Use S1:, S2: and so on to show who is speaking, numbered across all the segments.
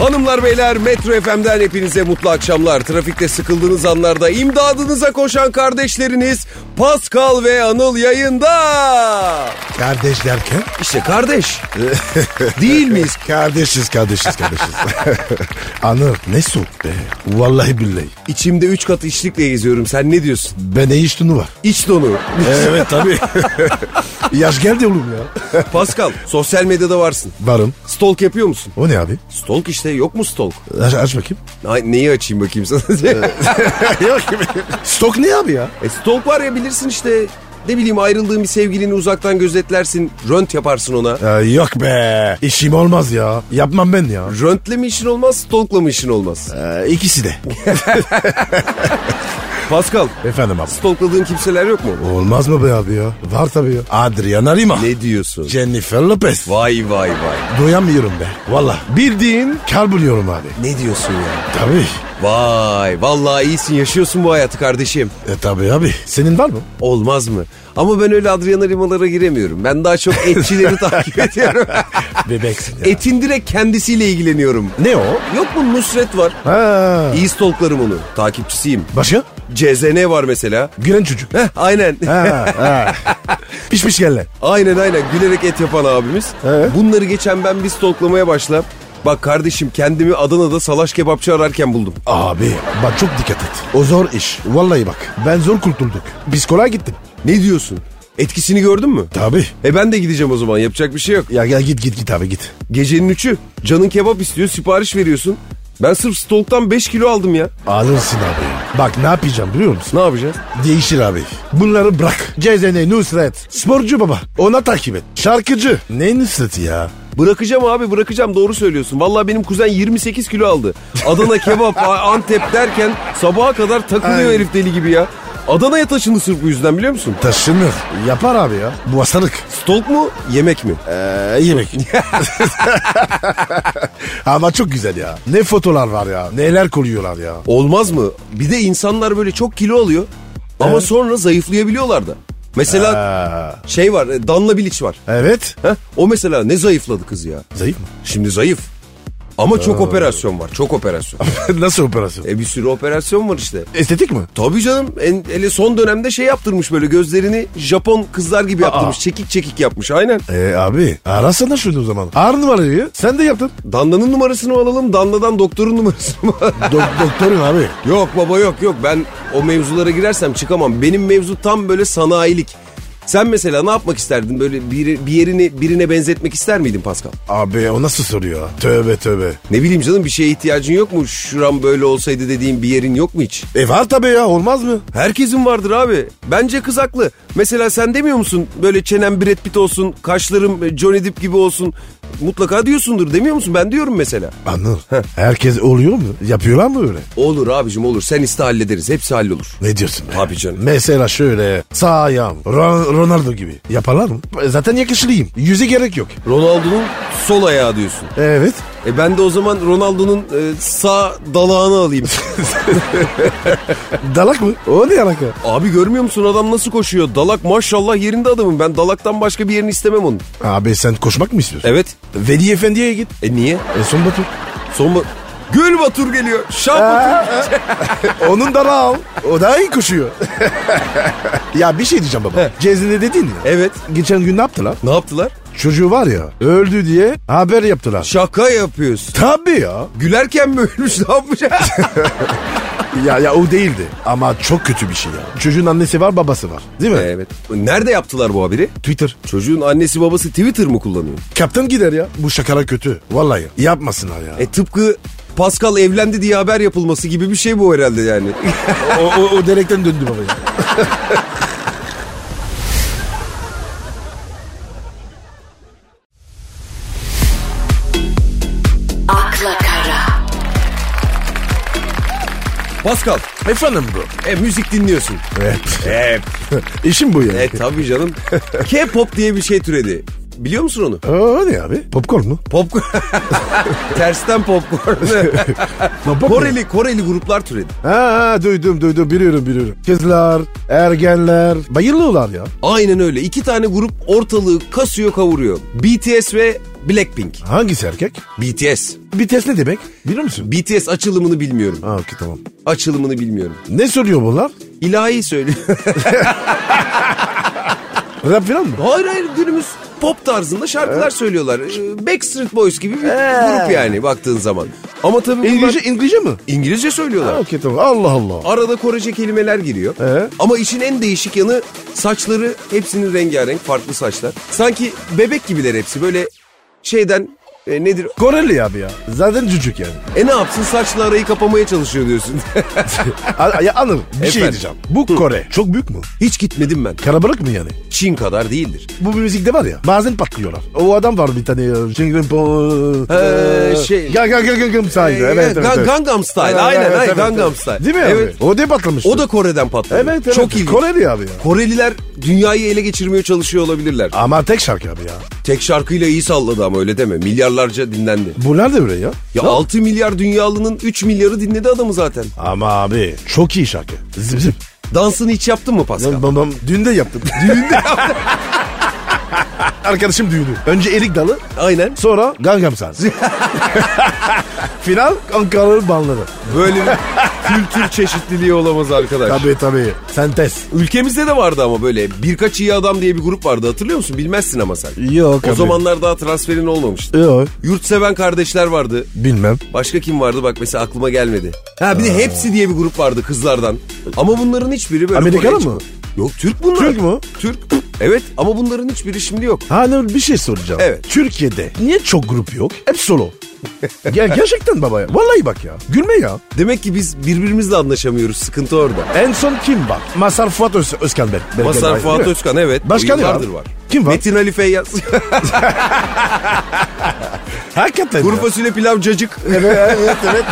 S1: Hanımlar beyler Metro FM'den hepinize mutlu akşamlar. Trafikte sıkıldığınız anlarda imdadınıza koşan kardeşleriniz Pascal ve Anıl yayında.
S2: Kardeş derken?
S1: İşte kardeş. Değil miyiz?
S2: Kardeşiz, kardeşiz, kardeşiz. Anıl ne soğuk be. Vallahi billahi.
S1: İçimde üç kat içlikle geziyorum. Sen ne diyorsun?
S2: Ben de iş tunu var.
S1: İç donu.
S2: Evet tabii. Yaş geldi oğlum ya.
S1: Pascal sosyal medyada varsın.
S2: Varım.
S1: Stalk yapıyor musun?
S2: O ne abi?
S1: Stalk işte yok mu stalk?
S2: Aç, aç bakayım.
S1: Ay, neyi açayım bakayım sana?
S2: Yok gibi. Stok ne abi ya?
S1: e, stalk var ya bilirsin işte. Ne bileyim ayrıldığın bir sevgilini uzaktan gözetlersin. Rönt yaparsın ona.
S2: Ee, yok be. İşim olmaz ya. Yapmam ben ya.
S1: Röntle mi işin olmaz, stalkla mı işin olmaz?
S2: Ee, ikisi de.
S1: Pascal,
S2: Efendim abi.
S1: stalkladığın kimseler yok mu?
S2: Olmaz mı be abi ya? Var tabii ya. Adriana Lima.
S1: Ne diyorsun?
S2: Jennifer Lopez.
S1: Vay vay vay.
S2: Doyamıyorum be. Valla.
S1: Bildiğin
S2: Kar buluyorum abi.
S1: ne diyorsun ya?
S2: Tabii.
S1: Vay, vallahi iyisin, yaşıyorsun bu hayatı kardeşim.
S2: E tabii abi. Senin var mı?
S1: Olmaz mı? Ama ben öyle Adriana Limalara giremiyorum. Ben daha çok etçileri takip ediyorum.
S2: Bebeksin ya.
S1: Etin direkt kendisiyle ilgileniyorum.
S2: Ne o?
S1: Yok mu Nusret var?
S2: Ha.
S1: İyi stalklarım onu. Takipçisiyim.
S2: Başka?
S1: CZN var mesela.
S2: Gülen çocuk.
S1: Heh, aynen.
S2: Ha, ha. piş piş gelle.
S1: Aynen aynen gülerek et yapan abimiz.
S2: Evet.
S1: Bunları geçen ben bir stoklamaya başla. Bak kardeşim kendimi Adana'da salaş kebapçı ararken buldum.
S2: Abi bak çok dikkat et. O zor iş. Vallahi bak ben zor kurtulduk. Psikoloğa gittim.
S1: Ne diyorsun? Etkisini gördün mü?
S2: Tabii.
S1: E ben de gideceğim o zaman yapacak bir şey yok.
S2: Ya gel git git git abi git.
S1: Gecenin üçü canın kebap istiyor sipariş veriyorsun. Ben sırf stoktan 5 kilo aldım ya.
S2: Alırsın abi. Bak ne yapacağım biliyor musun?
S1: Ne yapacağız?
S2: Değişir abi. Bunları bırak. Cezene, Nusret. Sporcu baba. Ona takip et. Şarkıcı. Ne Nusret'i ya?
S1: Bırakacağım abi bırakacağım doğru söylüyorsun. Vallahi benim kuzen 28 kilo aldı. Adana kebap, A- Antep derken sabaha kadar takılıyor
S2: Ay.
S1: herif deli gibi ya. Adana'ya taşındı sırf bu yüzden biliyor musun?
S2: Taşınır. Yapar abi ya. Bu hastalık.
S1: Stok mu yemek mi?
S2: Ee, yemek. Ama çok güzel ya. Ne fotolar var ya. Neler koyuyorlar ya.
S1: Olmaz mı? Bir de insanlar böyle çok kilo alıyor ama
S2: Evet.
S1: sonra zayıflayabiliyorlar da. Mesela
S2: Aa,
S1: şey var, e, Danla Bilic var.
S2: E, evet.
S1: Heh, o mesela ne zayıfladı kız ya.
S2: Zayıf mı?
S1: Şimdi zayıf. Ama çok operasyon var, çok operasyon.
S2: Nasıl operasyon?
S1: e bir sürü operasyon var işte.
S2: Estetik mi?
S1: Tabii canım, en, hele son dönemde şey yaptırmış böyle gözlerini Japon kızlar gibi yaptırmış.
S2: Aa.
S1: Çekik çekik yapmış, aynen.
S2: Ee, abi arasana şunu o zaman. Ağır numarayı sen de yaptın.
S1: Danla'nın numarasını alalım, Danla'dan doktorun numarasını mı alalım?
S2: Do- doktorun abi.
S1: Yok baba yok yok ben o mevzulara girersem çıkamam. Benim mevzu tam böyle sanayilik. Sen mesela ne yapmak isterdin? Böyle bir, bir yerini birine benzetmek ister miydin Pascal?
S2: Abi o nasıl soruyor? Tövbe tövbe.
S1: Ne bileyim canım bir şeye ihtiyacın yok mu? Şuram böyle olsaydı dediğin bir yerin yok mu hiç?
S2: E var tabii ya olmaz mı?
S1: Herkesin vardır abi. Bence kız haklı. Mesela sen demiyor musun böyle çenem Brad Pitt olsun, kaşlarım e, Johnny Depp gibi olsun? Mutlaka diyorsundur demiyor musun? Ben diyorum mesela.
S2: Anıl. Herkes oluyor mu? Yapıyorlar mı öyle?
S1: Olur abicim olur. Sen iste hallederiz. Hepsi hallolur.
S2: Ne diyorsun? Be?
S1: Tabii canım.
S2: Mesela şöyle sağ ayağım Ro- Ronaldo gibi. Yaparlar mı? Zaten yakışlıyım. Yüze gerek yok.
S1: Ronaldo'nun sol ayağı diyorsun.
S2: Evet.
S1: E ben de o zaman Ronaldo'nun e, sağ dalağını alayım.
S2: Dalak mı? O ne alaka?
S1: Abi görmüyor musun adam nasıl koşuyor? Dalak maşallah yerinde adamım. Ben dalaktan başka bir yerini istemem onun.
S2: Abi sen koşmak mı istiyorsun?
S1: Evet.
S2: Veli Efendi'ye git.
S1: E niye?
S2: E son Batur.
S1: Son ba- Gül Batur geliyor. Şah Batur.
S2: Onun da al. O daha iyi koşuyor. ya bir şey diyeceğim baba. Cezine dedin ya.
S1: Evet.
S2: E, Geçen gün ne yaptılar?
S1: Ne yaptılar?
S2: Çocuğu var ya öldü diye haber yaptılar.
S1: Şaka yapıyorsun.
S2: Tabii ya.
S1: Gülerken mi ölmüş ne E, yapacağız?
S2: Ya ya o değildi. Ama çok kötü bir şey ya. E, Çocuğun annesi var babası var. Değil mi?
S1: evet. Nerede yaptılar bu haberi?
S2: Twitter.
S1: Çocuğun annesi babası Twitter mı kullanıyor?
S2: Kaptan gider ya. Bu şakalar kötü. Vallahi yapmasınlar ya.
S1: E tıpkı Pascal evlendi diye haber yapılması gibi bir şey bu herhalde yani.
S2: o, o, o derekten döndü baba ya.
S3: akla kara,
S1: Pascal,
S2: Efendim bu.
S1: e müzik dinliyorsun.
S2: Evet.
S1: E
S2: İşim bu yani.
S1: E tabii canım. K-pop diye bir şey türedi. Biliyor musun onu?
S2: O ne abi? Popcorn mu?
S1: Popcorn. Tersten popcorn.
S2: Popcorn.
S1: Koreli, Koreli gruplar türedi.
S2: Ha, ha, duydum duydum biliyorum biliyorum. Kızlar, ergenler bayılıyorlar ya.
S1: Aynen öyle. İki tane grup ortalığı kasıyor kavuruyor. BTS ve Blackpink.
S2: Hangisi erkek?
S1: BTS.
S2: BTS ne demek? Biliyor musun?
S1: BTS açılımını bilmiyorum.
S2: Ha okey tamam.
S1: Açılımını bilmiyorum.
S2: Ne söylüyor bunlar?
S1: İlahi söylüyor.
S2: Rap falan mı?
S1: hayır hayır günümüz pop tarzında şarkılar söylüyorlar. Ee, Backstreet Boys gibi bir grup yani baktığın zaman. Ama tabii bunlar
S2: İngilizce,
S1: İngilizce,
S2: İngilizce mi?
S1: söylüyorlar.
S2: Ha okey tamam. Allah Allah.
S1: Arada Korece kelimeler giriyor.
S2: Ee?
S1: Ama işin en değişik yanı saçları hepsinin rengarenk farklı saçlar. Sanki bebek gibiler hepsi böyle şeyden e, nedir?
S2: Koreli abi ya. Zaten cücük yani.
S1: E ne yapsın saçla arayı kapamaya çalışıyor diyorsun.
S2: A- ya Anıl bir şey
S1: Efendim?
S2: diyeceğim. Bu Kore çok büyük mü?
S1: Hiç gitmedim ben.
S2: Karabalık mı yani?
S1: Çin kadar değildir.
S2: Bu bir müzikte var ya bazen patlıyorlar. O adam var bir tane. e, Jingling Pong.
S1: Ee,
S2: e,
S1: şey-
S2: Gang gang gang gang gang
S1: Ee,
S2: saydı. Evet, evet,
S1: Ga-
S2: evet.
S1: Gangnam Style.
S2: Evet,
S1: aynen
S2: evet,
S1: aynen
S2: evet,
S1: Gangnam
S2: evet.
S1: Style.
S2: Değil mi
S1: Evet.
S2: abi? O diye patlamıştı.
S1: O da Kore'den patladı.
S2: Evet, evet.
S1: Çok iyi.
S2: Koreli abi ya.
S1: Koreliler dünyayı ele geçirmeye çalışıyor olabilirler.
S2: Ama tek şarkı abi ya.
S1: Tek şarkıyla iyi salladı ama öyle deme. Milyarlarca dinlendi.
S2: Bunlar da böyle ya.
S1: Ya 6 milyar dünyalının 3 milyarı dinledi adamı zaten.
S2: Ama abi çok iyi şarkı. Zip zip.
S1: Dansını hiç yaptın mı Pascal?
S2: Ben babam dün de yaptım. Düğünde yaptım. Arkadaşım düğünü. Önce erik dalı,
S1: Aynen.
S2: sonra Gangnam Style. Final Ankara'nın banları.
S1: Böyle bir kültür çeşitliliği olamaz arkadaş.
S2: Tabii tabii. Sentes.
S1: Ülkemizde de vardı ama böyle birkaç iyi adam diye bir grup vardı hatırlıyor musun? Bilmezsin ama sen.
S2: Yok
S1: O zamanlar daha transferin olmamıştı.
S2: Yok.
S1: Yurtseven kardeşler vardı.
S2: Bilmem.
S1: Başka kim vardı bak mesela aklıma gelmedi. Ha bir de hepsi diye bir grup vardı kızlardan. Ama bunların hiçbiri böyle
S2: Amerikalı
S1: Kore'ye
S2: mı?
S1: çıkmadı. Yok Türk bunlar.
S2: Türk mü?
S1: Türk. Evet ama bunların hiçbiri şimdi yok.
S2: Hani bir şey soracağım.
S1: Evet.
S2: Türkiye'de niye çok grup yok? Hep solo. Ger- gerçekten baba ya. Vallahi bak ya. Gülme ya.
S1: Demek ki biz birbirimizle anlaşamıyoruz. Sıkıntı orada.
S2: En son kim bak? Masar Fuat Öz Özkan Bey. Belki
S1: Masar
S2: var,
S1: Fuat
S2: değil mi?
S1: Özkan evet.
S2: Başka ne var?
S1: yıllardır var.
S2: Kim var?
S1: Metin Ali Feyyaz.
S2: Hakikaten
S1: Kuru
S2: ya.
S1: fasulye pilav cacık.
S2: evet evet evet.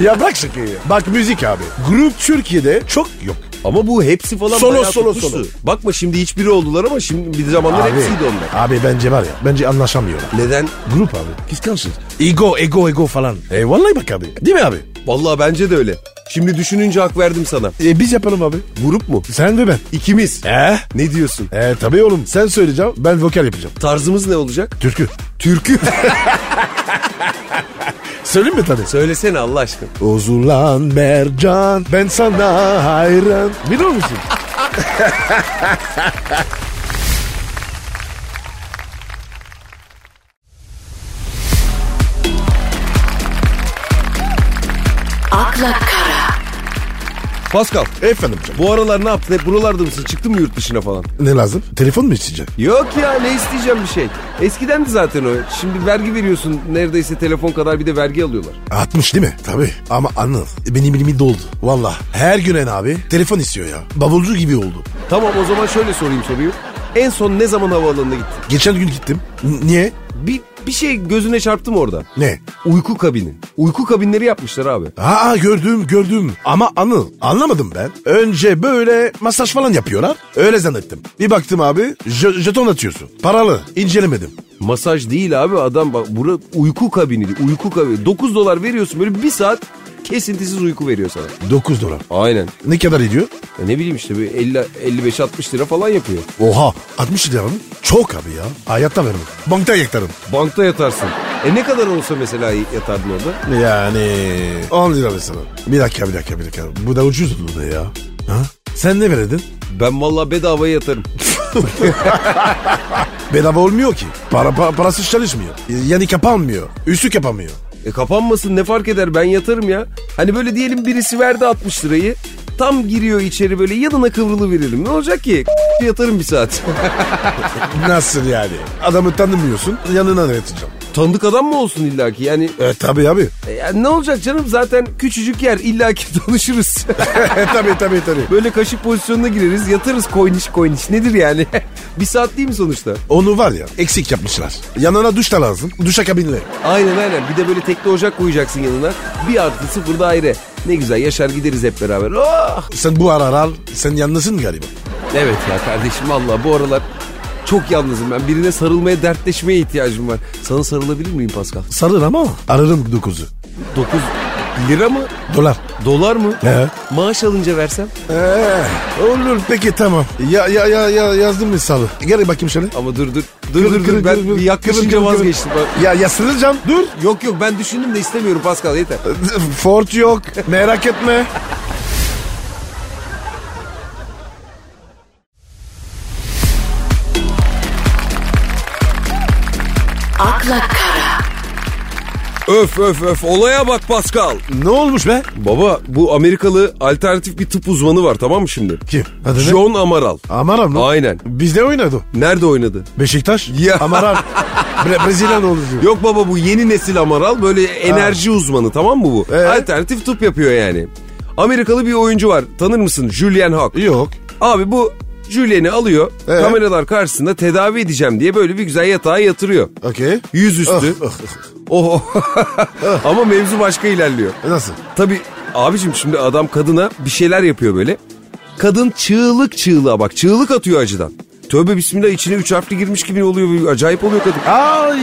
S2: ya bırak şakayı. Bak müzik abi. Grup Türkiye'de çok yok.
S1: Ama bu hepsi falan
S2: Solo,
S1: bayağı
S2: solo,
S1: tutmuştu.
S2: solo.
S1: Bakma şimdi hiçbiri oldular ama şimdi bir zamanlar hepsiydi onlar.
S2: abi bence var ya. Bence anlaşamıyorlar.
S1: Neden?
S2: Grup abi. Kıskançlık. Ego ego ego falan. E vallahi bak abi. Değil mi abi?
S1: Vallahi bence de öyle. Şimdi düşününce hak verdim sana.
S2: E, biz yapalım abi.
S1: Grup mu?
S2: Sen ve ben.
S1: İkimiz.
S2: E?
S1: Ne diyorsun?
S2: E tabii oğlum. Sen söyleyeceğim. Ben vokal yapacağım.
S1: Tarzımız ne olacak?
S2: Türkü.
S1: Türkü.
S2: Söyleyeyim mi tabii?
S1: Söylesene Allah aşkına.
S2: Ozulan Mercan ben sana hayran. Biliyor musun?
S3: akla kara,
S1: Pascal
S2: Efendim canım.
S1: bu aralar ne yaptın? Hep buralarda mısın? Çıktın mı yurt dışına falan?
S2: Ne lazım? Telefon mu isteyeceksin?
S1: Yok ya ne isteyeceğim bir şey. Eskiden de zaten o. Şimdi vergi veriyorsun neredeyse telefon kadar bir de vergi alıyorlar.
S2: 60 değil mi? Tabii. Ama anıl. Benim elimi doldu. Valla. Her gülen abi telefon istiyor ya. Bavulcu gibi oldu.
S1: Tamam o zaman şöyle sorayım soruyu. En son ne zaman havaalanına gittin?
S2: Geçen gün gittim. N- niye?
S1: Bir, bir şey gözüne çarptım orada.
S2: Ne?
S1: Uyku kabini. Uyku kabinleri yapmışlar abi.
S2: Aa gördüm gördüm. Ama anıl. Anlamadım ben. Önce böyle masaj falan yapıyorlar. Öyle zannettim. Bir baktım abi. j- jeton atıyorsun. Paralı. İncelemedim.
S1: Masaj değil abi adam bak bura uyku kabini. Uyku kabini. 9 dolar veriyorsun böyle bir saat kesintisiz uyku veriyor sana.
S2: 9 dolar.
S1: Aynen.
S2: Ne kadar ediyor?
S1: E ne bileyim işte bir 50 55-60 lira falan yapıyor.
S2: Oha 60 lira mı? Çok abi ya. Hayatta vermem. Bankta yaktarım.
S1: Bankta yatarsın. E ne kadar olsa mesela yatardın orada?
S2: Yani 10 lira mesela. Bir dakika bir dakika bir dakika. Bu da ucuz oldu da ya. Ha? Sen ne verdin?
S1: Ben vallahi bedava yatarım.
S2: Bedava olmuyor ki. Para, para parasız çalışmıyor. Yani kapanmıyor. Üstü kapanmıyor.
S1: E kapanmasın ne fark eder ben yatarım ya. Hani böyle diyelim birisi verdi 60 lirayı. Tam giriyor içeri böyle yanına kıvrılı veririm. Ne olacak ki? Yatarım bir saat.
S2: Nasıl yani? Adamı tanımıyorsun. Yanına ne yatacağım?
S1: Tanıdık adam mı olsun illaki? Yani,
S2: E tabi abi.
S1: e, yani ne olacak canım zaten küçücük yer illaki tanışırız.
S2: e tabi tabi tabi.
S1: böyle kaşık pozisyonuna gireriz yatarız koyniş koyniş nedir yani? bir saat değil mi sonuçta?
S2: Onu var ya eksik yapmışlar. Yanına duş da lazım. Duşa kabinle.
S1: Aynen aynen. Bir de böyle tekli ocak koyacaksın yanına. Bir artı sıfır daire. Ne güzel yaşar gideriz hep beraber. Oh!
S2: Sen bu arar al. Sen yalnızsın galiba.
S1: Evet ya kardeşim valla bu aralar çok yalnızım ben. Birine sarılmaya, dertleşmeye ihtiyacım var. Sana sarılabilir miyim Pascal?
S2: Sarır ama ararım dokuzu.
S1: Dokuz. Lira mı?
S2: Dolar.
S1: Dolar mı?
S2: He.
S1: Maaş alınca versem?
S2: Ee, olur peki tamam. Ya, ya, ya, ya yazdım mı salı? Gel bakayım şöyle.
S1: Ama dur dur. Dur dur dur. Ben bir yaklaşınca vazgeçtim. Bak-
S2: Ya yaslanacağım. Dur.
S1: Yok yok ben düşündüm de istemiyorum Pascal yeter.
S2: Fort yok. Merak etme.
S3: akla kara,
S1: Öf öf öf olaya bak Pascal.
S2: ne olmuş be?
S1: Baba bu Amerikalı alternatif bir tıp uzmanı var tamam mı şimdi?
S2: Kim? Adı ne?
S1: John Amaral.
S2: Amaram lan.
S1: Aynen.
S2: Bizde oynadı. o.
S1: Nerede oynadı?
S2: Beşiktaş.
S1: Ya.
S2: Amaram. Bre Brezilya ne olur diyor.
S1: Yok baba bu yeni nesil Amaral böyle enerji uzmanı tamam mı bu?
S2: Ee?
S1: Alternatif tıp yapıyor yani. Amerikalı bir oyuncu var tanır mısın? Julian Hawk.
S2: Yok.
S1: Abi bu Julian'i alıyor
S2: Ee?
S1: kameralar karşısında tedavi edeceğim diye böyle bir güzel yatağa yatırıyor.
S2: Okey.
S1: Yüzüstü.
S2: Ah, ah,
S1: Oho. Ama mevzu başka ilerliyor.
S2: ah. Nasıl?
S1: Tabii abicim şimdi adam kadına bir şeyler yapıyor böyle. Kadın çığlık çığlığa bak çığlık atıyor acıdan. Tövbe bismillah içine üç harfli girmiş gibi oluyor. böyle Acayip oluyor kadın.
S2: Ay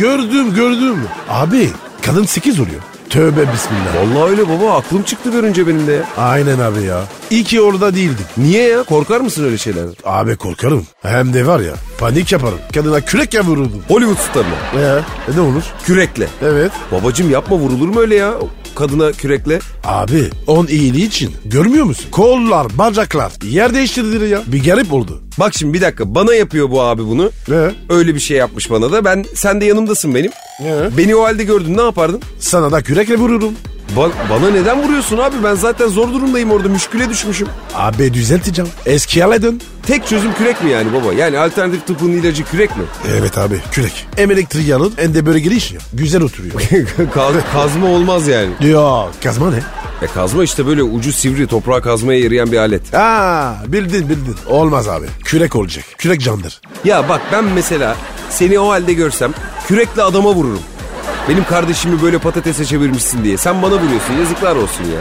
S2: gördüm gördüm. Abi kadın 8 oluyor. Tövbe bismillah.
S1: Vallahi öyle baba aklım çıktı görünce benim de ya.
S2: Aynen abi ya. İyi ki orada değildik.
S1: Niye ya korkar mısın öyle şeylerden?
S2: Abi korkarım. Hem de var ya panik yaparım. Kadına kürekle vururdum.
S1: Hollywood starına
S2: Ee, e ne olur?
S1: kürekle.
S2: Evet.
S1: Babacım yapma vurulur mu öyle ya? Kadına kürekle.
S2: Abi on iyiliği için görmüyor musun? Kollar, bacaklar yer değiştirdiler ya. Bir garip oldu.
S1: Bak şimdi bir dakika bana yapıyor bu abi bunu.
S2: Ee?
S1: Öyle bir şey yapmış bana da. Ben sen de yanımdasın benim.
S2: Ee?
S1: Beni o halde gördün ne yapardın?
S2: Sana da kürekle vururum.
S1: Ba- bana neden vuruyorsun abi? Ben zaten zor durumdayım orada müşküle düşmüşüm.
S2: Abi düzelteceğim. Eski aledin.
S1: Tek çözüm kürek mi yani baba? Yani alternatif tıbbın ilacı kürek mi?
S2: Evet abi kürek. Hem elektriği alın hem de böyle giriş ya. Güzel oturuyor.
S1: Kaz- kazma olmaz yani.
S2: ya kazma ne?
S1: E kazma işte böyle ucu sivri toprağa kazmaya yarayan bir alet.
S2: Ha bildin bildin. Olmaz abi. Kürek olacak. Kürek candır.
S1: Ya bak ben mesela seni o halde görsem kürekle adama vururum. Benim kardeşimi böyle patatese çevirmişsin diye. Sen bana vuruyorsun yazıklar olsun ya.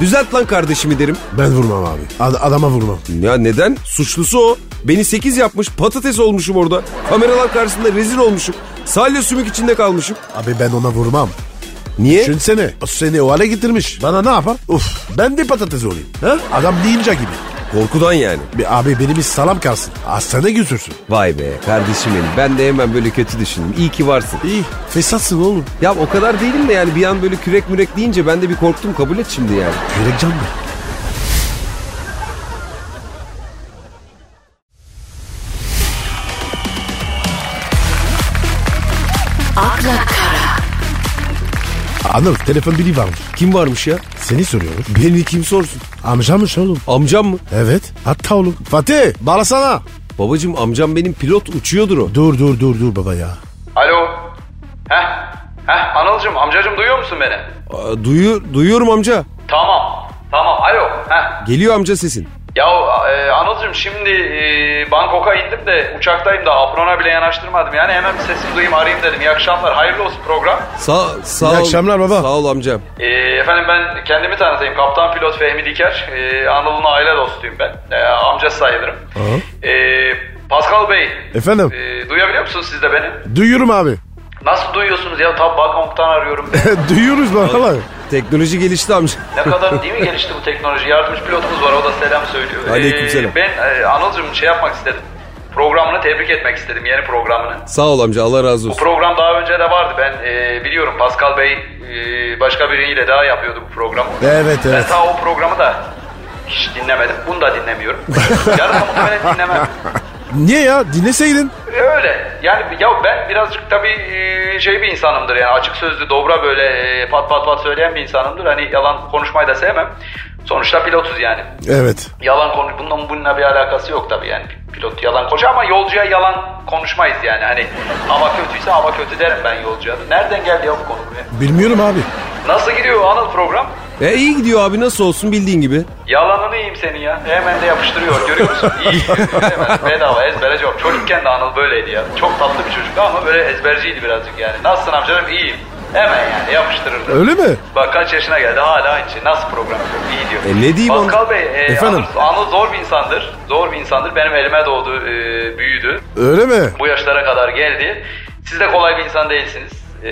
S1: Düzelt lan kardeşimi derim.
S2: Ben vurmam abi. Ad- adama vurmam.
S1: Ya neden? Suçlusu o. Beni 8 yapmış patates olmuşum orada. Kameralar karşısında rezil olmuşum. Salya sümük içinde kalmışım.
S2: Abi ben ona vurmam.
S1: Niye?
S2: Düşünsene. O seni o hale getirmiş. Bana ne yapar? Uf. Ben de patates olayım. Ha? Adam deyince gibi.
S1: Korkudan yani.
S2: Bir, abi beni bir salam kalsın. Hastane götürsün.
S1: Vay be kardeşim benim. Ben de hemen böyle kötü düşündüm. İyi ki varsın.
S2: İyi. Fesatsın oğlum.
S1: Ya o kadar değilim de yani bir an böyle kürek mürek deyince ben de bir korktum kabul et şimdi yani.
S2: Kürek candır.
S3: akla kara,
S2: Anıl telefon biri varmış.
S1: Kim varmış ya?
S2: Seni soruyoruz.
S1: Beni kim sorsun?
S2: Amcamış oğlum.
S1: Amcam mı?
S2: Evet. Hatta oğlum. Fatih bağlasana.
S1: Babacım amcam benim pilot uçuyordur o.
S2: Dur dur dur dur baba ya.
S4: Alo. Heh. Heh Anılcım amcacım duyuyor musun beni?
S1: Aa, duyuyor, duyuyorum amca.
S4: Tamam. Tamam alo. Heh.
S1: Geliyor amca sesin.
S4: Ya e, Anılcım şimdi e, Bangkok'a indim de uçaktayım da aprona bile yanaştırmadım. Yani hemen bir sesini duyayım arayayım dedim. İyi akşamlar hayırlı olsun program.
S1: Sağ, sağ
S2: İyi
S1: ol.
S2: akşamlar baba.
S1: Sağ ol amcam.
S4: E, efendim ben kendimi tanıtayım. Kaptan pilot Fehmi Diker. E, Anıl'ın aile dostuyum ben. E, amcası sayılırım. E, Pascal Bey.
S2: Efendim?
S4: e, duyabiliyor musunuz siz de beni?
S2: Duyuyorum abi.
S4: Nasıl duyuyorsunuz ya? Tab Bangkok'tan arıyorum.
S2: Duyuyoruz baba.
S1: Teknoloji gelişti amca.
S4: Ne kadar değil mi gelişti bu teknoloji? Yardımcı pilotumuz var o da selam söylüyor.
S1: Aleykümselam.
S4: Ee, ben e, Anıl'cığım şey yapmak istedim. Programını tebrik etmek istedim yeni programını.
S1: Sağ ol amca Allah razı
S4: Bu
S1: olsun.
S4: program daha önce de vardı. Ben e, biliyorum Pascal Bey e, başka biriyle daha yapıyordu bu programı.
S2: Evet
S4: Ben
S2: evet.
S4: daha o programı da hiç dinlemedim. Bunu da dinlemiyorum. Yarın da muhtemelen dinlemem.
S2: Niye ya? Dinleseydin.
S4: Öyle. Yani ya ben birazcık tabii e, şey bir insanımdır yani açık sözlü dobra böyle e, pat pat pat söyleyen bir insanımdır. Hani yalan konuşmayı da sevmem. Sonuçta pilotuz yani.
S2: Evet.
S4: Yalan konuş. Bununla, bununla bir alakası yok tabii yani. Pilot yalan koca ama yolcuya yalan konuşmayız yani. Hani ama kötüyse ama kötü derim ben yolcuya. Nereden geldi ya bu konu buraya?
S2: Bilmiyorum abi.
S4: Nasıl gidiyor Anıl program?
S1: E iyi gidiyor abi nasıl olsun bildiğin gibi.
S4: Yalanını yiyeyim senin ya. Hemen de yapıştırıyor görüyor musun? İyi gidiyor. Hemen bedava ezbere cevap. Çocukken de Anıl böyleydi ya. Çok tatlı bir çocuk ama böyle ezberciydi birazcık yani. Nasılsın amcanım? İyiyim. Hemen yani yapıştırırdı.
S2: Öyle mi?
S4: Bak kaç yaşına geldi hala aynı şey. Nasıl program yapıyor? İyi diyor.
S1: E, ne diyeyim
S4: Pascal
S1: onu-
S4: Bey, e,
S2: Efendim?
S4: Anıl, Anıl zor bir insandır. Zor bir insandır. Benim elime doğdu, e, büyüdü.
S2: Öyle mi?
S4: Bu yaşlara kadar geldi. Siz de kolay bir insan değilsiniz. E,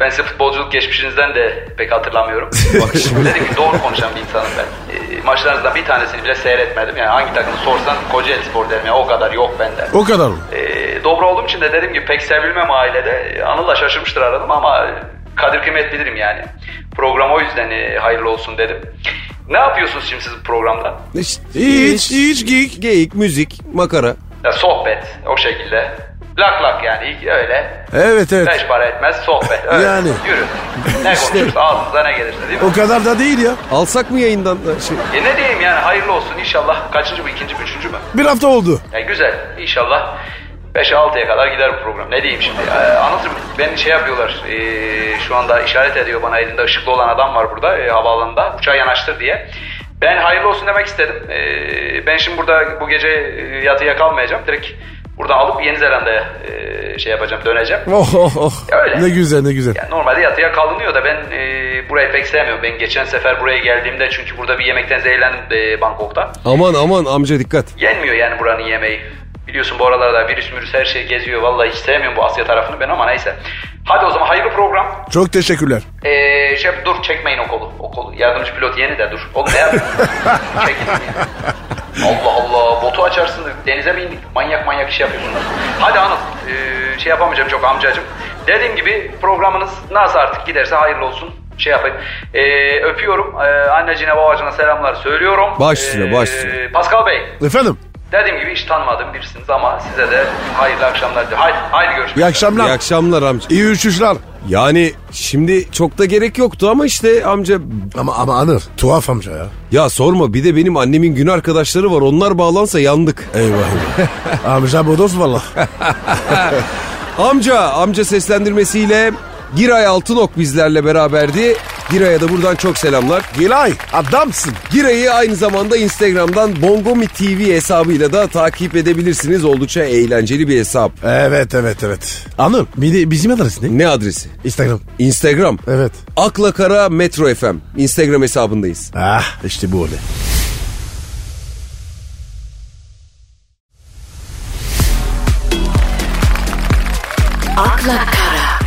S4: ben size futbolculuk geçmişinizden de pek hatırlamıyorum.
S1: Bak şimdi.
S4: Dedim ki doğru konuşan bir insanım ben. E, maçlarınızdan bir tanesini bile seyretmedim. Yani hangi takımı sorsan Kocaeli Spor derim. Yani o kadar yok bende.
S2: O kadar mı?
S4: E, dobra olduğum için de dedim ki pek sevilmem ailede. E, Anıl da şaşırmıştır aradım ama kadir kıymet bilirim yani. Program o yüzden e, hayırlı olsun dedim. Ne yapıyorsunuz şimdi siz bu programda?
S1: İşte-
S2: Hiç, hiç geyik.
S1: Geyik, müzik, makara.
S4: Ya, sohbet o şekilde. Lak lak yani ilk öyle.
S2: Evet evet.
S4: Beş para etmez sohbet. Öyle.
S2: Yani.
S4: Yürü. Ne konuşursa ağzınıza ne gelirse değil mi?
S2: O kadar da değil ya.
S1: Alsak mı yayından da şey?
S4: E ne diyeyim yani hayırlı olsun inşallah. Kaçıncı bu ikinci mi üçüncü mü?
S2: Bir hafta oldu.
S4: Ya güzel inşallah 5-6'ya kadar gider bu program. Ne diyeyim şimdi? Ee, anlatırım. Beni şey yapıyorlar. ee, şu anda işaret ediyor bana elinde ışıklı olan adam var burada ee, havaalanında. Uçağı yanaştır diye. Ben hayırlı olsun demek istedim. Ee, ben şimdi burada bu gece ee, yatıya kalmayacağım. Direkt buradan alıp Yeni Zelanda'ya ee, şey yapacağım döneceğim.
S2: Oh oh oh.
S4: Öyle.
S2: Ne güzel ne güzel.
S4: Yani normalde yatıya kalınıyor da ben ee, burayı pek sevmiyorum. Ben geçen sefer buraya geldiğimde çünkü burada bir yemekten zehirlendim ee, Bangkok'ta.
S1: Aman aman amca dikkat.
S4: Yenmiyor yani buranın yemeği. Biliyorsun bu aralarda virüs mürüs her şey geziyor. Vallahi hiç sevmiyorum bu Asya tarafını ben ama neyse. Hadi o zaman hayırlı program.
S2: Çok teşekkürler.
S4: Ee, şey dur çekmeyin o kolu. O kolu. Yardımcı pilot yeni de dur. Oğlum ne yapıyorsun? Çekin ya. Allah Allah. Botu açarsın. Denize mi indik? Manyak manyak iş yapıyorsunuz. Hadi hanım. ee, şey yapamayacağım çok amcacım. Dediğim gibi programınız nasıl artık giderse hayırlı olsun. Şey yapayım. Ee, öpüyorum. Ee, anneciğine babacığına selamlar söylüyorum. Ee,
S1: Baş üstüne, baş üstüne.
S4: Pascal Bey.
S2: Efendim.
S4: Dediğim gibi hiç tanımadığım birisiniz ama size de hayırlı akşamlar diliyorum. Haydi, haydi
S2: İyi
S4: görüşmek üzere.
S1: İyi
S2: akşamlar.
S1: akşamlar amca.
S2: İyi uçuşlar.
S1: Yani şimdi çok da gerek yoktu ama işte amca
S2: Ama ama Anır tuhaf amca ya.
S1: ya sorma bir de benim annemin gün arkadaşları var onlar bağlansa yandık.
S2: Eyvah eyvah. amca bodoz valla.
S1: Amca amca seslendirmesiyle Giray Altınok bizlerle beraberdi. Giray'a da buradan çok selamlar.
S2: Gilay adamsın.
S1: Giray'ı aynı zamanda Instagram'dan Bongomi TV hesabıyla da takip edebilirsiniz. Oldukça eğlenceli bir hesap.
S2: Evet evet evet. Anır bir de bizim adres ne?
S1: Ne adresi?
S2: Instagram.
S1: Instagram.
S2: Evet.
S1: Akla Kara Metro FM. Instagram hesabındayız.
S2: Ah işte bu öyle.
S3: akla kara,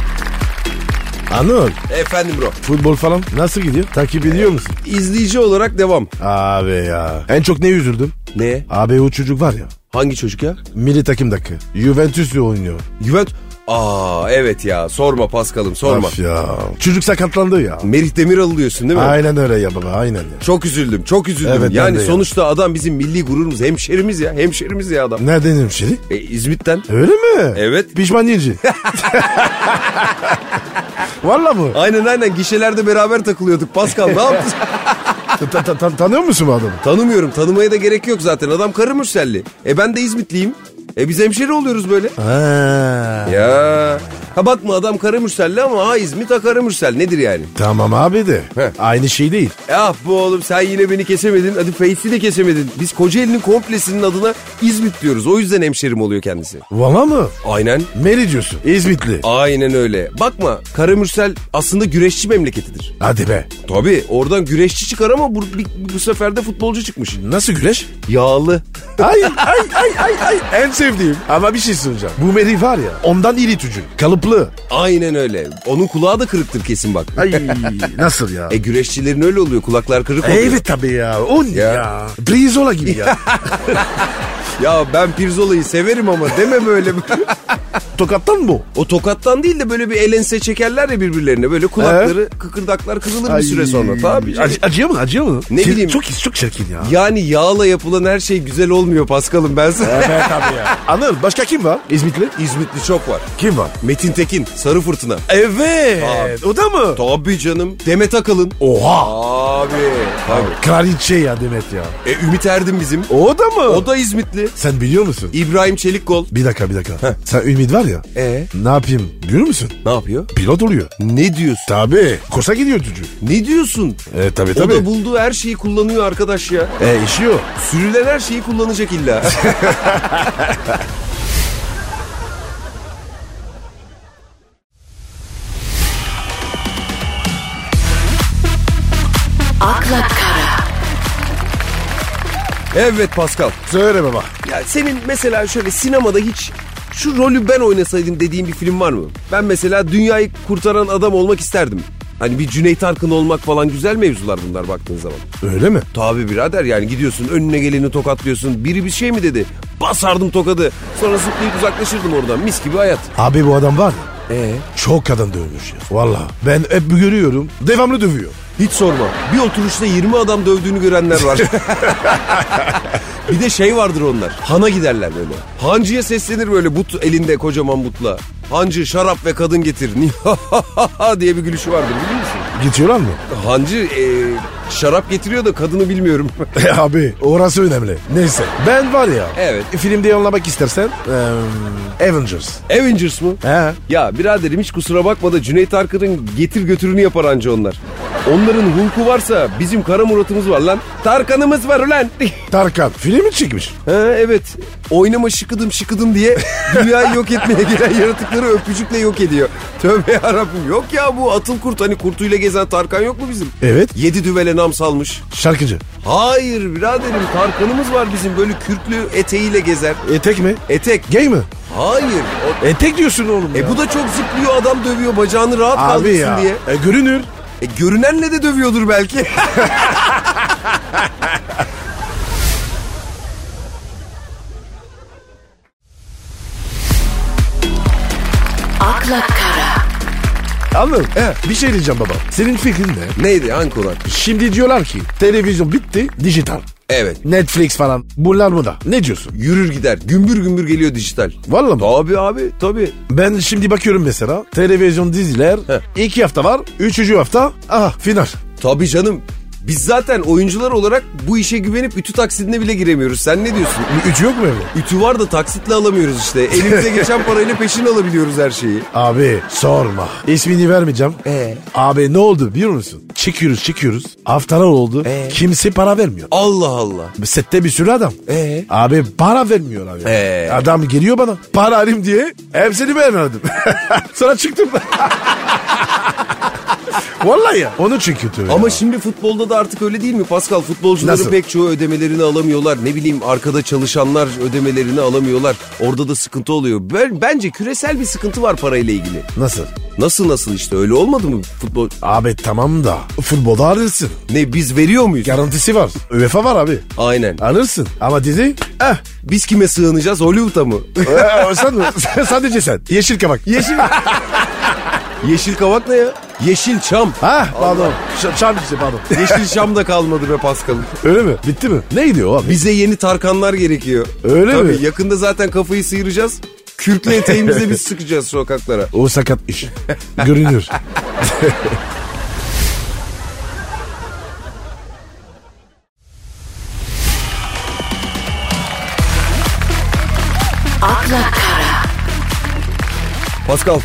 S2: Anıl
S1: Efendim bro.
S2: futbol falan nasıl gidiyor? Takip ediyor musun?
S1: İzleyici olarak devam.
S2: Abi ya. En çok ne üzüldüm?
S1: Ne?
S2: Abi o çocuk var ya.
S1: Hangi çocuk ya?
S2: Milli takım dakika. Juventus'le oynuyor.
S1: Juventus. Aa evet ya sorma Paskal'ım sorma.
S2: Of ya. Çocuk sakatlandı ya.
S1: Merih Demiral diyorsun değil mi?
S2: Aynen öyle ya baba aynen ya.
S1: Çok üzüldüm çok üzüldüm.
S2: Evet, ben
S1: yani
S2: de ya.
S1: sonuçta adam bizim milli gururumuz hemşerimiz ya hemşerimiz ya adam.
S2: Nereden hemşeri?
S1: E, İzmit'ten.
S2: Öyle mi?
S1: Evet.
S2: Pişmaniyeci. Valla mı?
S1: Aynen aynen gişelerde beraber takılıyorduk Paskal ne yaptın? Ah.
S2: Ta- ta- ta- tanıyor musun bu adamı?
S1: Tanımıyorum tanımaya da gerek yok zaten adam karı Mürselli. E ben de İzmitliyim. E biz hemşeri oluyoruz böyle.
S2: Ha.
S1: Ya. Ha bakma adam Karamürselli ama ha İzmit ha Karamürsel nedir yani?
S2: Tamam abi de.
S1: Heh.
S2: Aynı şey değil.
S1: Ah bu oğlum sen yine beni kesemedin. Hadi Face'i de kesemedin. Biz Kocaeli'nin komplesinin adına İzmit diyoruz. O yüzden hemşerim oluyor kendisi.
S2: Valla mı?
S1: Aynen.
S2: Meri diyorsun.
S1: Ah.
S2: İzmitli.
S1: Aynen öyle. Bakma Karamürsel aslında güreşçi memleketidir.
S2: Hadi be.
S1: Tabii oradan güreşçi çıkar ama bu, bir- bu sefer de futbolcu çıkmış.
S2: Nasıl güreş?
S1: Yağlı.
S2: ay ay ay ay ay. En sevdiğim. Ama bir şey söyleyeceğim. Bu Meri var ya ondan iri tücün. Kalıplı.
S1: Aynen öyle. Onun kulağı da kırıktır kesin bak.
S2: Ay nasıl ya?
S1: E güreşçilerin öyle oluyor kulaklar kırık oluyor.
S2: Evet tabii ya. O ne
S1: Ya.
S2: ya? Brizola gibi ya.
S1: Ya ben Pirzola'yı severim ama deme böyle.
S2: Tokattan mı bu?
S1: O tokattan değil de böyle bir elense çekerler ya birbirlerine böyle kulakları kıkırdaklar kırılır bir süre sonra tabii. canım.
S2: Acı, acıyor mu? Acıyor mu?
S1: Ne
S2: Çir-
S1: bileyim.
S2: Çok çok çirkin ya.
S1: Yani yağla yapılan her şey güzel olmuyor Paskal'ım ben sana.
S2: Evet tabii ya. Anıl başka kim var? İzmitli.
S1: İzmitli çok var.
S2: Kim var?
S1: Metin Tekin, Sarı Fırtına.
S2: Evet. O da mı?
S1: Tabii canım. Demet Akalın.
S2: Oha.
S1: Abi. Tabii.
S2: Kraliçe ya Demet ya.
S1: E, Ümit Erdim bizim.
S2: O da mı?
S1: O da İzmitli.
S2: Sen biliyor musun?
S1: İbrahim Çelikkol.
S2: Bir dakika bir dakika. Sen Ümit var ya.
S1: E?
S2: Ne yapayım biliyor musun?
S1: Ne yapıyor?
S2: Pilot oluyor.
S1: Ne diyorsun?
S2: Tabii. Kursa gidiyor çocuk.
S1: Ne diyorsun?
S2: Evet E, tabii
S1: O da bulduğu her şeyi kullanıyor arkadaş ya.
S2: E işi yok.
S1: Sürülen her şeyi kullanacak illa.
S3: akla kara,
S1: evet Paskal.
S2: Söyle baba.
S1: Ya senin mesela şöyle sinemada hiç şu rolü ben oynasaydım dediğim bir film var mı? Ben mesela dünyayı kurtaran adam olmak isterdim. Hani bir Cüneyt Arkın olmak falan güzel mevzular bunlar baktığın zaman.
S2: Öyle mi?
S1: Tabi birader yani gidiyorsun önüne geleni tokatlıyorsun. Biri bir şey mi dedi? Basardım tokadı. Sonra zıplayıp uzaklaşırdım oradan. Mis gibi hayat.
S2: Abi bu adam var ya
S1: Ee,
S2: çok kadın dövmüş ya. Valla ben hep görüyorum devamlı dövüyor.
S1: hiç sorma. Bir oturuşta 20 adam dövdüğünü görenler var. bir de şey vardır onlar. Hana giderler böyle. Hancıya seslenir böyle but elinde kocaman butla. Hancı şarap ve kadın getir. diye bir gülüşü vardır biliyor musun?
S2: Gidiyorlar mı?
S1: Hancı e, şarap getiriyor da kadını bilmiyorum.
S2: E abi orası önemli. Neyse ben var ya. e,
S1: Evet.
S2: Filmde yanlamak istersen eee, Avengers.
S1: Avengers mı?
S2: He.
S1: Ya biraderim hiç kusura bakma da Cüneyt Arkın'ın getir götürünü yapar anca onlar. Onların hulku varsa bizim Kara Murat'ımız var lan. Tarkan'ımız var ulan.
S2: Tarkan filmi çekmiş.
S1: ha, evet. Oynama şıkıdım şıkıdım diye dünyayı yok etmeye gelen yaratıkları öpücükle yok ediyor. Tövbe yarabbim yok ya bu atıl kurt hani kurtuyla gezen Tarkan yok mu bizim?
S2: Evet.
S1: Yedi düvele nam salmış.
S2: Şarkıcı.
S1: Hayır biraderim Tarkan'ımız var bizim böyle kürklü eteğiyle gezer.
S2: Etek E, mi?
S1: Etek.
S2: Gay mi?
S1: Hayır. o-
S2: Etek diyorsun oğlum
S1: E bu da çok zıplıyor adam dövüyor bacağını rahat
S2: Abi
S1: kaldırsın
S2: ya.
S1: diye.
S2: E, görünür.
S1: E, görünenle de dövüyordur belki.
S3: akla kara,
S2: Anladın. He, bir şey diyeceğim baba. Senin fikrin ne?
S1: Neydi hangi konu?
S2: Şimdi diyorlar ki televizyon bitti dijital.
S1: Evet.
S2: Netflix falan bunlar mı da? Ne diyorsun?
S1: Yürür gider. Gümbür gümbür geliyor dijital.
S2: Vallahi mi?
S1: Tabii abi tabii.
S2: Ben şimdi bakıyorum mesela televizyon diziler iki hafta var. Üçüncü hafta aha final.
S1: Tabii canım. Biz zaten oyuncular olarak bu işe güvenip ütü taksidine bile giremiyoruz. Sen ne diyorsun?
S2: Üç yok mu evde?
S1: Ütü var da taksitle alamıyoruz işte. Elimize geçen parayla peşin alabiliyoruz her şeyi.
S2: Abi sorma. İsmini vermeyeceğim.
S1: Ee?
S2: Abi ne oldu biliyor musun? Çıkıyoruz çıkıyoruz. Haftalar oldu.
S1: Ee?
S2: Kimse para vermiyor.
S1: Allah Allah.
S2: Sette bir sürü adam.
S1: Ee?
S2: Abi para vermiyor abi.
S1: Ee?
S2: Adam geliyor bana. Para alayım diye hepsini vermedim. Sonra çıktım. Vallahi ya. Onu çünkü tabii.
S1: Ama şimdi futbolda da artık öyle değil mi Pascal? Futbolcuların
S2: Nasıl?
S1: pek çoğu ödemelerini alamıyorlar. Ne bileyim arkada çalışanlar ödemelerini alamıyorlar. Orada da sıkıntı oluyor. Ben, bence küresel bir sıkıntı var parayla ilgili.
S2: Nasıl?
S1: Nasıl nasıl işte öyle olmadı mı futbol?
S2: Abi tamam da futbolda alırsın.
S1: Ne biz veriyor muyuz?
S2: Garantisi var. UEFA var abi.
S1: Aynen.
S2: Alırsın. Ama dizi eh.
S1: Biz kime sığınacağız? Hollywood'a mı?
S2: Ee, sen, sadece sen. Yeşil kabak. Yeşil.
S1: Yeşil kavak ne ya? Yeşil çam.
S2: ha pardon. Ş- Çam işte pardon.
S1: Yeşil çam da kalmadı be Pascal'ım.
S2: Öyle mi? Bitti mi? Neydi o abi?
S1: Bize yeni Tarkanlar gerekiyor.
S2: Öyle
S1: Tabii,
S2: mi?
S1: yakında zaten kafayı sıyıracağız. Kürkle eteğimize biz sıkacağız sokaklara.
S2: O sakat iş. Görünür.
S3: akla kara,
S1: Pascal,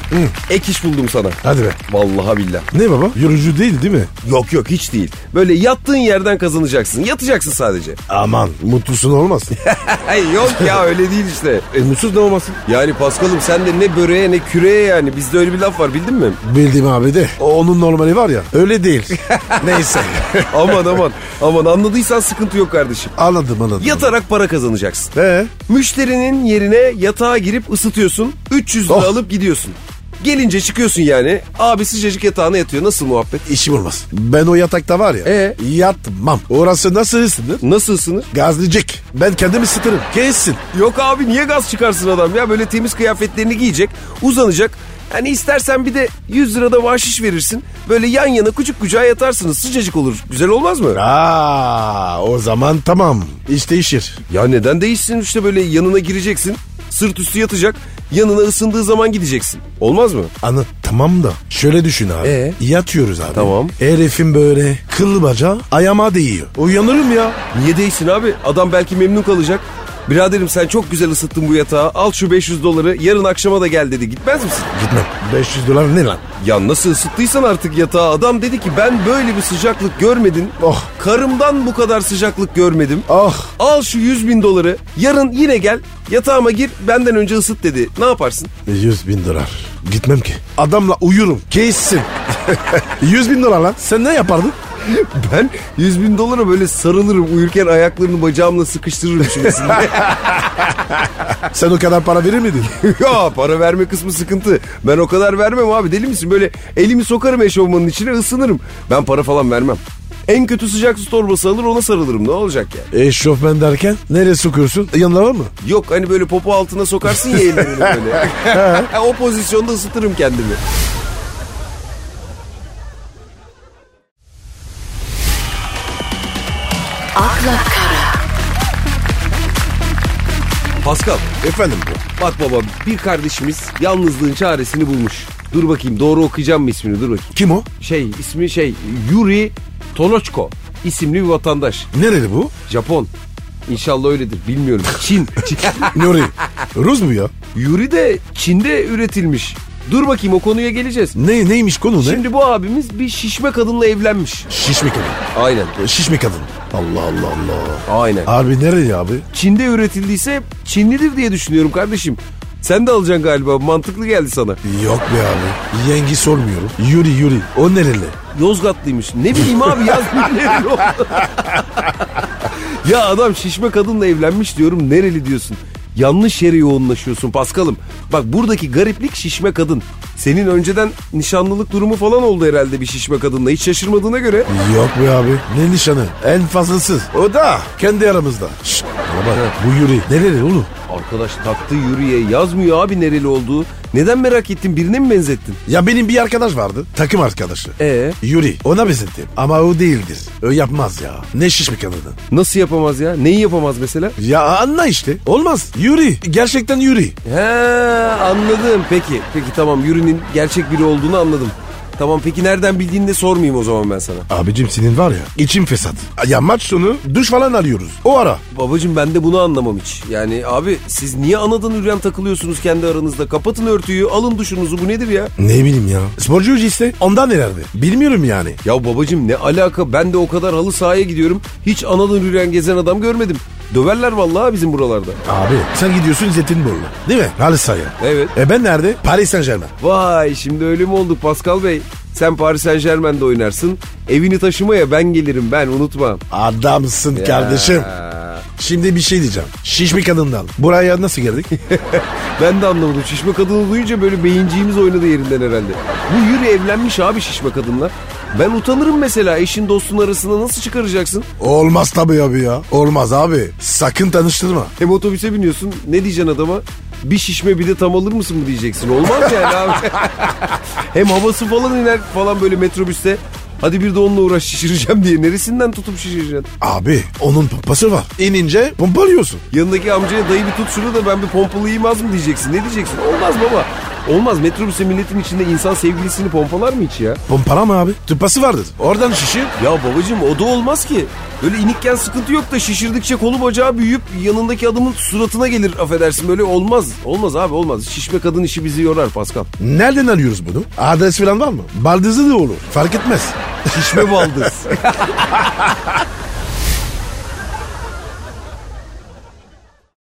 S1: ek iş buldum sana.
S2: Hadi be.
S1: Vallahi billah.
S2: Ne baba? Yorucu değil değil mi?
S1: Yok yok hiç değil. Böyle yattığın yerden kazanacaksın. Yatacaksın sadece.
S2: Aman mutlusun olmaz.
S1: Ay yok ya öyle değil işte.
S2: e, mutsuz ne olmasın?
S1: Yani Paskal'ım sen de ne böreğe ne küreye yani. Bizde öyle bir laf var bildin mi?
S2: Bildiğim abi de. O- Onun normali var ya. Öyle değil. Neyse.
S1: aman aman. Aman anladıysan sıkıntı yok kardeşim.
S2: anladım anladım.
S1: Yatarak para kazanacaksın.
S2: Ee?
S1: Müşterinin yerine yatağa girip ısıtıyorsun. 300 lira
S2: Oh.
S1: alıp gidiyorsun. Gelince çıkıyorsun yani. Abi sıcacık yatağına yatıyor. Nasıl muhabbet?
S2: İşim olmaz. Ben o yatakta var ya.
S1: Ee?
S2: Yatmam. Orası nasıl ısınır?
S1: Nasıl ısınır?
S2: Gazlayacak. Ben kendimi ısıtırım. Kesin.
S1: Yok abi niye gaz çıkarsın adam ya? Böyle temiz kıyafetlerini giyecek, uzanacak. Hani istersen bir de 100 lirada bahşiş verirsin. Böyle yan yana kucuk kucağa yatarsınız. Sıcacık olur. Güzel olmaz mı?
S2: Aa, o zaman tamam. İş değişir.
S1: Ya neden değişsin işte böyle yanına gireceksin. Sırt üstü yatacak. Yanına ısındığı zaman gideceksin. Olmaz mı?
S2: Anı tamam da şöyle düşün abi.
S1: Ee?
S2: Yatıyoruz abi.
S1: Tamam.
S2: Herifin böyle kıllı bacağı ayağıma değiyor. Uyanırım ya.
S1: Niye değilsin abi? Adam belki memnun kalacak. Biraderim sen çok güzel ısıttın bu yatağı. Al şu 500 doları yarın akşama da gel dedi. Gitmez misin?
S2: Gitmem. 500 dolar ne lan?
S1: Ya nasıl ısıttıysan artık yatağı. Adam dedi ki ben böyle bir sıcaklık görmedim.
S2: Oh.
S1: Karımdan bu kadar sıcaklık görmedim.
S2: Ah
S1: Al şu 100 bin doları. Yarın yine gel yatağıma gir benden önce ısıt dedi. Ne yaparsın?
S2: 100 bin dolar. Gitmem ki. Adamla uyurum. Kesin. 100 bin dolar lan. Sen ne yapardın?
S1: Ben 100 bin dolara böyle sarılırım uyurken ayaklarını bacağımla sıkıştırırım şurasını.
S2: Sen o kadar para verir miydin?
S1: ya para verme kısmı sıkıntı. Ben o kadar vermem abi deli misin? Böyle elimi sokarım eşofmanın içine ısınırım. Ben para falan vermem. En kötü sıcak su torbası alır ona sarılırım ne olacak ya?
S2: Eşofman derken nereye sokuyorsun? E, Yanına var mı?
S1: Yok hani böyle popo altına sokarsın ya ellerini böyle. o pozisyonda ısıtırım kendimi.
S3: akla kara,
S1: Pascal
S2: Efendim bu.
S1: bak baba bir kardeşimiz yalnızlığın çaresini bulmuş. Dur bakayım doğru okuyacağım mı ismini dur bakayım.
S2: Kim o?
S1: Şey ismi şey Yuri Tolochko isimli bir vatandaş.
S2: Nereli bu?
S1: Japon. İnşallah öyledir bilmiyorum. Çin.
S2: Nuri. Rus mu ya?
S1: Yuri de Çin'de üretilmiş. Dur bakayım o konuya geleceğiz.
S2: Ne, neymiş konu ne?
S1: Şimdi bu abimiz bir şişme kadınla evlenmiş.
S2: Şişme kadın. E,
S1: Aynen.
S2: Şişme kadın. Allah Allah Allah.
S1: Aynen.
S2: Abi nereli abi?
S1: Çin'de üretildiyse Çinlidir diye düşünüyorum kardeşim. Sen de alacaksın galiba. Mantıklı geldi sana.
S2: Yok be abi. Yengi sormuyorum. Yuri Yuri. O nereli?
S1: Yozgatlıymış. Ne bileyim abi yaz nereli o? ya adam şişme kadınla evlenmiş diyorum nereli diyorsun. Yanlış yere yoğunlaşıyorsun Paskal'ım. Bak buradaki gariplik şişme kadın. Senin önceden nişanlılık durumu falan oldu herhalde bir şişme kadınla. Hiç şaşırmadığına göre.
S2: Yok be abi. Ne nişanı? En fazlasız. O da kendi aramızda. Şşt. bana bak, bu Yuri. Nereli oğlum?
S1: Arkadaş taktı yürüye yazmıyor abi nereli olduğu. Neden merak ettin birine mi benzettin?
S2: Ya benim bir arkadaş vardı. Takım arkadaşı.
S1: Ee?
S2: Yuri. Ona benzettim. Ama o değildir. O yapmaz ya. Ne şişme kadını.
S1: Nasıl yapamaz ya? Neyi yapamaz mesela?
S2: Ya anla işte. Olmaz. Yuri. Gerçekten Yuri.
S1: He anladım peki. Peki tamam Yuri'nin gerçek biri olduğunu anladım. Tamam peki nereden bildiğini de sormayayım o zaman ben sana.
S2: Abicim senin var ya. İçim fesat. Ya maç sonu duş falan arıyoruz. O ara.
S1: Babacım ben de bunu anlamam hiç. Yani abi siz niye anadan üren takılıyorsunuz kendi aranızda? Kapatın örtüyü alın duşunuzu bu nedir ya?
S2: Ne bileyim ya. Sporcu ise ondan herhalde. Bilmiyorum yani.
S1: Ya babacım ne alaka ben de o kadar halı sahaya gidiyorum. Hiç anadan üren gezen adam görmedim. Döverler vallahi bizim buralarda.
S2: Abi sen gidiyorsun Zeytinburnu'na. Değil mi? Halı sahaya.
S1: Evet.
S2: E ben nerede? Paris Saint Germain.
S1: Vay şimdi öyle mi olduk Pascal Bey? Sen Paris Saint Germain'de oynarsın. Evini taşımaya ben gelirim ben unutma.
S2: Adamsın kardeşim. Şimdi bir şey diyeceğim. Şişme kadından. Buraya nasıl geldik?
S1: Ben de anlamadım. Şişme kadını duyunca böyle beyinciğimiz oynadı yerinden herhalde. Bu yürü evlenmiş abi şişme kadınla. Ben utanırım mesela eşin dostun arasında nasıl çıkaracaksın?
S2: Olmaz tabii abi ya. Olmaz abi. Sakın tanıştırma.
S1: Hem otobüse biniyorsun ne diyeceksin adama? Bir şişme bir de tam alır mısın mı diyeceksin. Olmaz yani abi. Hem havası falan iner falan böyle metrobüste. Hadi bir de onunla uğraş şişireceğim diye. Neresinden tutup şişireceksin?
S2: Abi onun pompası var. İnince pompalıyorsun.
S1: Yanındaki amcaya dayı bir tut şunu da ben bir pompalayayım az mı diyeceksin. Ne diyeceksin? Olmaz baba. Olmaz metrobüse milletin içinde insan sevgilisini pompalar mı hiç ya?
S2: Pompala mı abi? Tıpası vardır. Oradan şişir.
S1: Ya babacım o da olmaz ki. Böyle inikken sıkıntı yok da şişirdikçe kolu bacağı büyüyüp yanındaki adamın suratına gelir affedersin böyle olmaz. Olmaz abi olmaz. Şişme kadın işi bizi yorar Pascal.
S2: Nereden arıyoruz bunu? Adres falan var mı? Baldızı da olur. Fark etmez.
S1: Şişme baldız.